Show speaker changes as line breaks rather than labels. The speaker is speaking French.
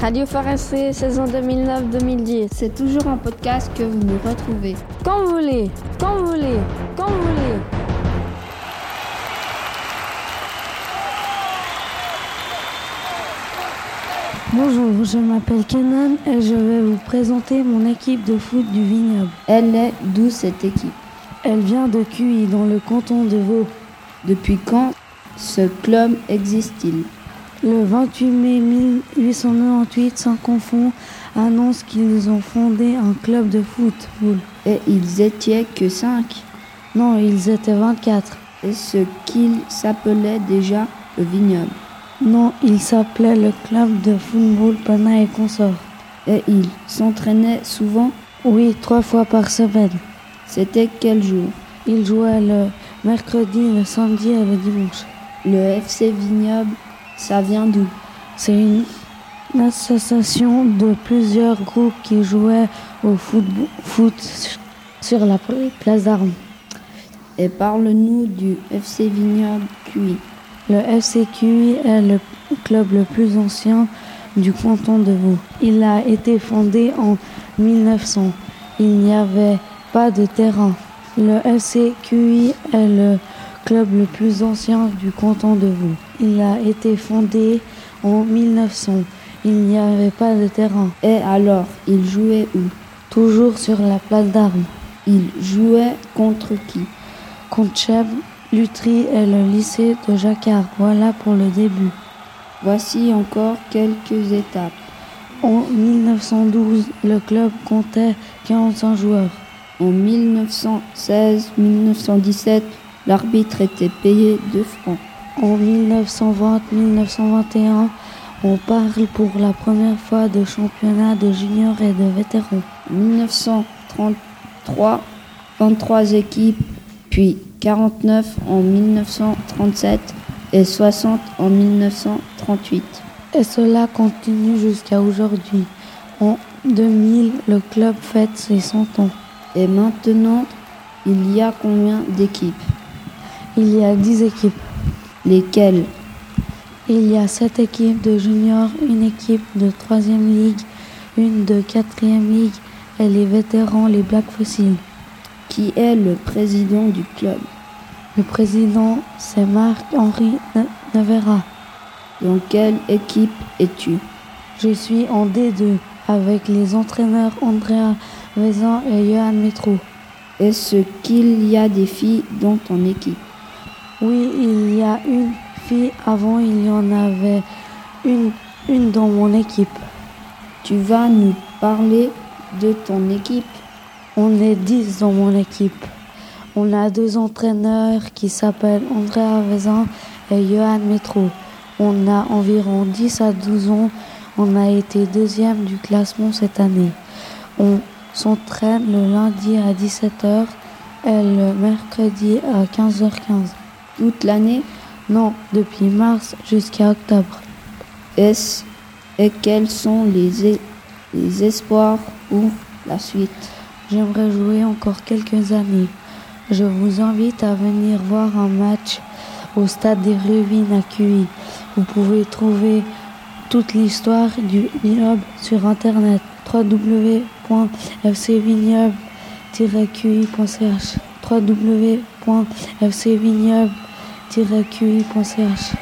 Radio Forestier, saison 2009-2010.
C'est toujours un podcast que vous nous retrouvez.
Quand vous voulez, quand vous voulez, quand vous voulez.
Bonjour, je m'appelle Kenan et je vais vous présenter mon équipe de foot du vignoble.
Elle est d'où cette équipe
Elle vient de Cuy, dans le canton de Vaud,
Depuis quand ce club existe-t-il
le 28 mai 1898, sans confond, annonce qu'ils ont fondé un club de football.
Et ils étaient que 5.
Non, ils étaient 24.
Et ce qu'il s'appelait déjà le vignoble.
Non, il s'appelait le club de football Pana et Consort.
Et ils s'entraînaient souvent.
Oui, trois fois par semaine.
C'était quel jour
Ils jouaient le mercredi, le samedi et le dimanche.
Le FC Vignoble, ça vient d'où
C'est une association de plusieurs groupes qui jouaient au footbo- foot sur la place d'Armes.
Et parle-nous du FC Vignoble Cuy.
Le FCQI est le club le plus ancien du canton de Vaud. Il a été fondé en 1900. Il n'y avait pas de terrain. Le FCQI est le club le plus ancien du canton de Vaud. Il a été fondé en 1900. Il n'y avait pas de terrain,
Et alors, ils jouaient où
toujours sur la place d'armes.
Ils jouaient contre qui
Concheb, Lutry est le lycée de Jacquard. Voilà pour le début.
Voici encore quelques étapes.
En 1912, le club comptait 45 joueurs.
En 1916-1917, l'arbitre était payé 2 francs.
En 1920-1921, on parle pour la première fois de championnat de juniors et de vétérans.
En 1933, 23 équipes, puis 49 en 1937 et 60 en 1938.
Et cela continue jusqu'à aujourd'hui. En 2000, le club fête ses 100 ans.
Et maintenant, il y a combien d'équipes
Il y a 10 équipes.
Lesquelles
Il y a 7 équipes de juniors, une équipe de 3e ligue, une de 4e ligue et les vétérans, les Black Fossiles.
Qui est le président du club
Le président, c'est Marc-Henri Ne- Nevera.
Dans quelle équipe es-tu
Je suis en D2 avec les entraîneurs Andrea Vezin et Johan Metro.
Est-ce qu'il y a des filles dans ton équipe
Oui, il y a une fille, avant il y en avait une, une dans mon équipe.
Tu vas nous parler de ton équipe.
On est 10 dans mon équipe. On a deux entraîneurs qui s'appellent Andrea Vezin et Johan Metro. On a environ 10 à 12 ans. On a été deuxième du classement cette année. On s'entraîne le lundi à 17h et le mercredi à 15h15.
Toute l'année,
Non, depuis mars jusqu'à octobre.
est-ce et quels sont les, é- les espoirs pour la suite
J'aimerais jouer encore quelques années. Je vous invite à venir voir un match au stade des Ruines à Cuy. Vous pouvez trouver toute l'histoire du vignoble sur internet www.fcvignoble-cuy.ch www.fcvignoble-cuy.ch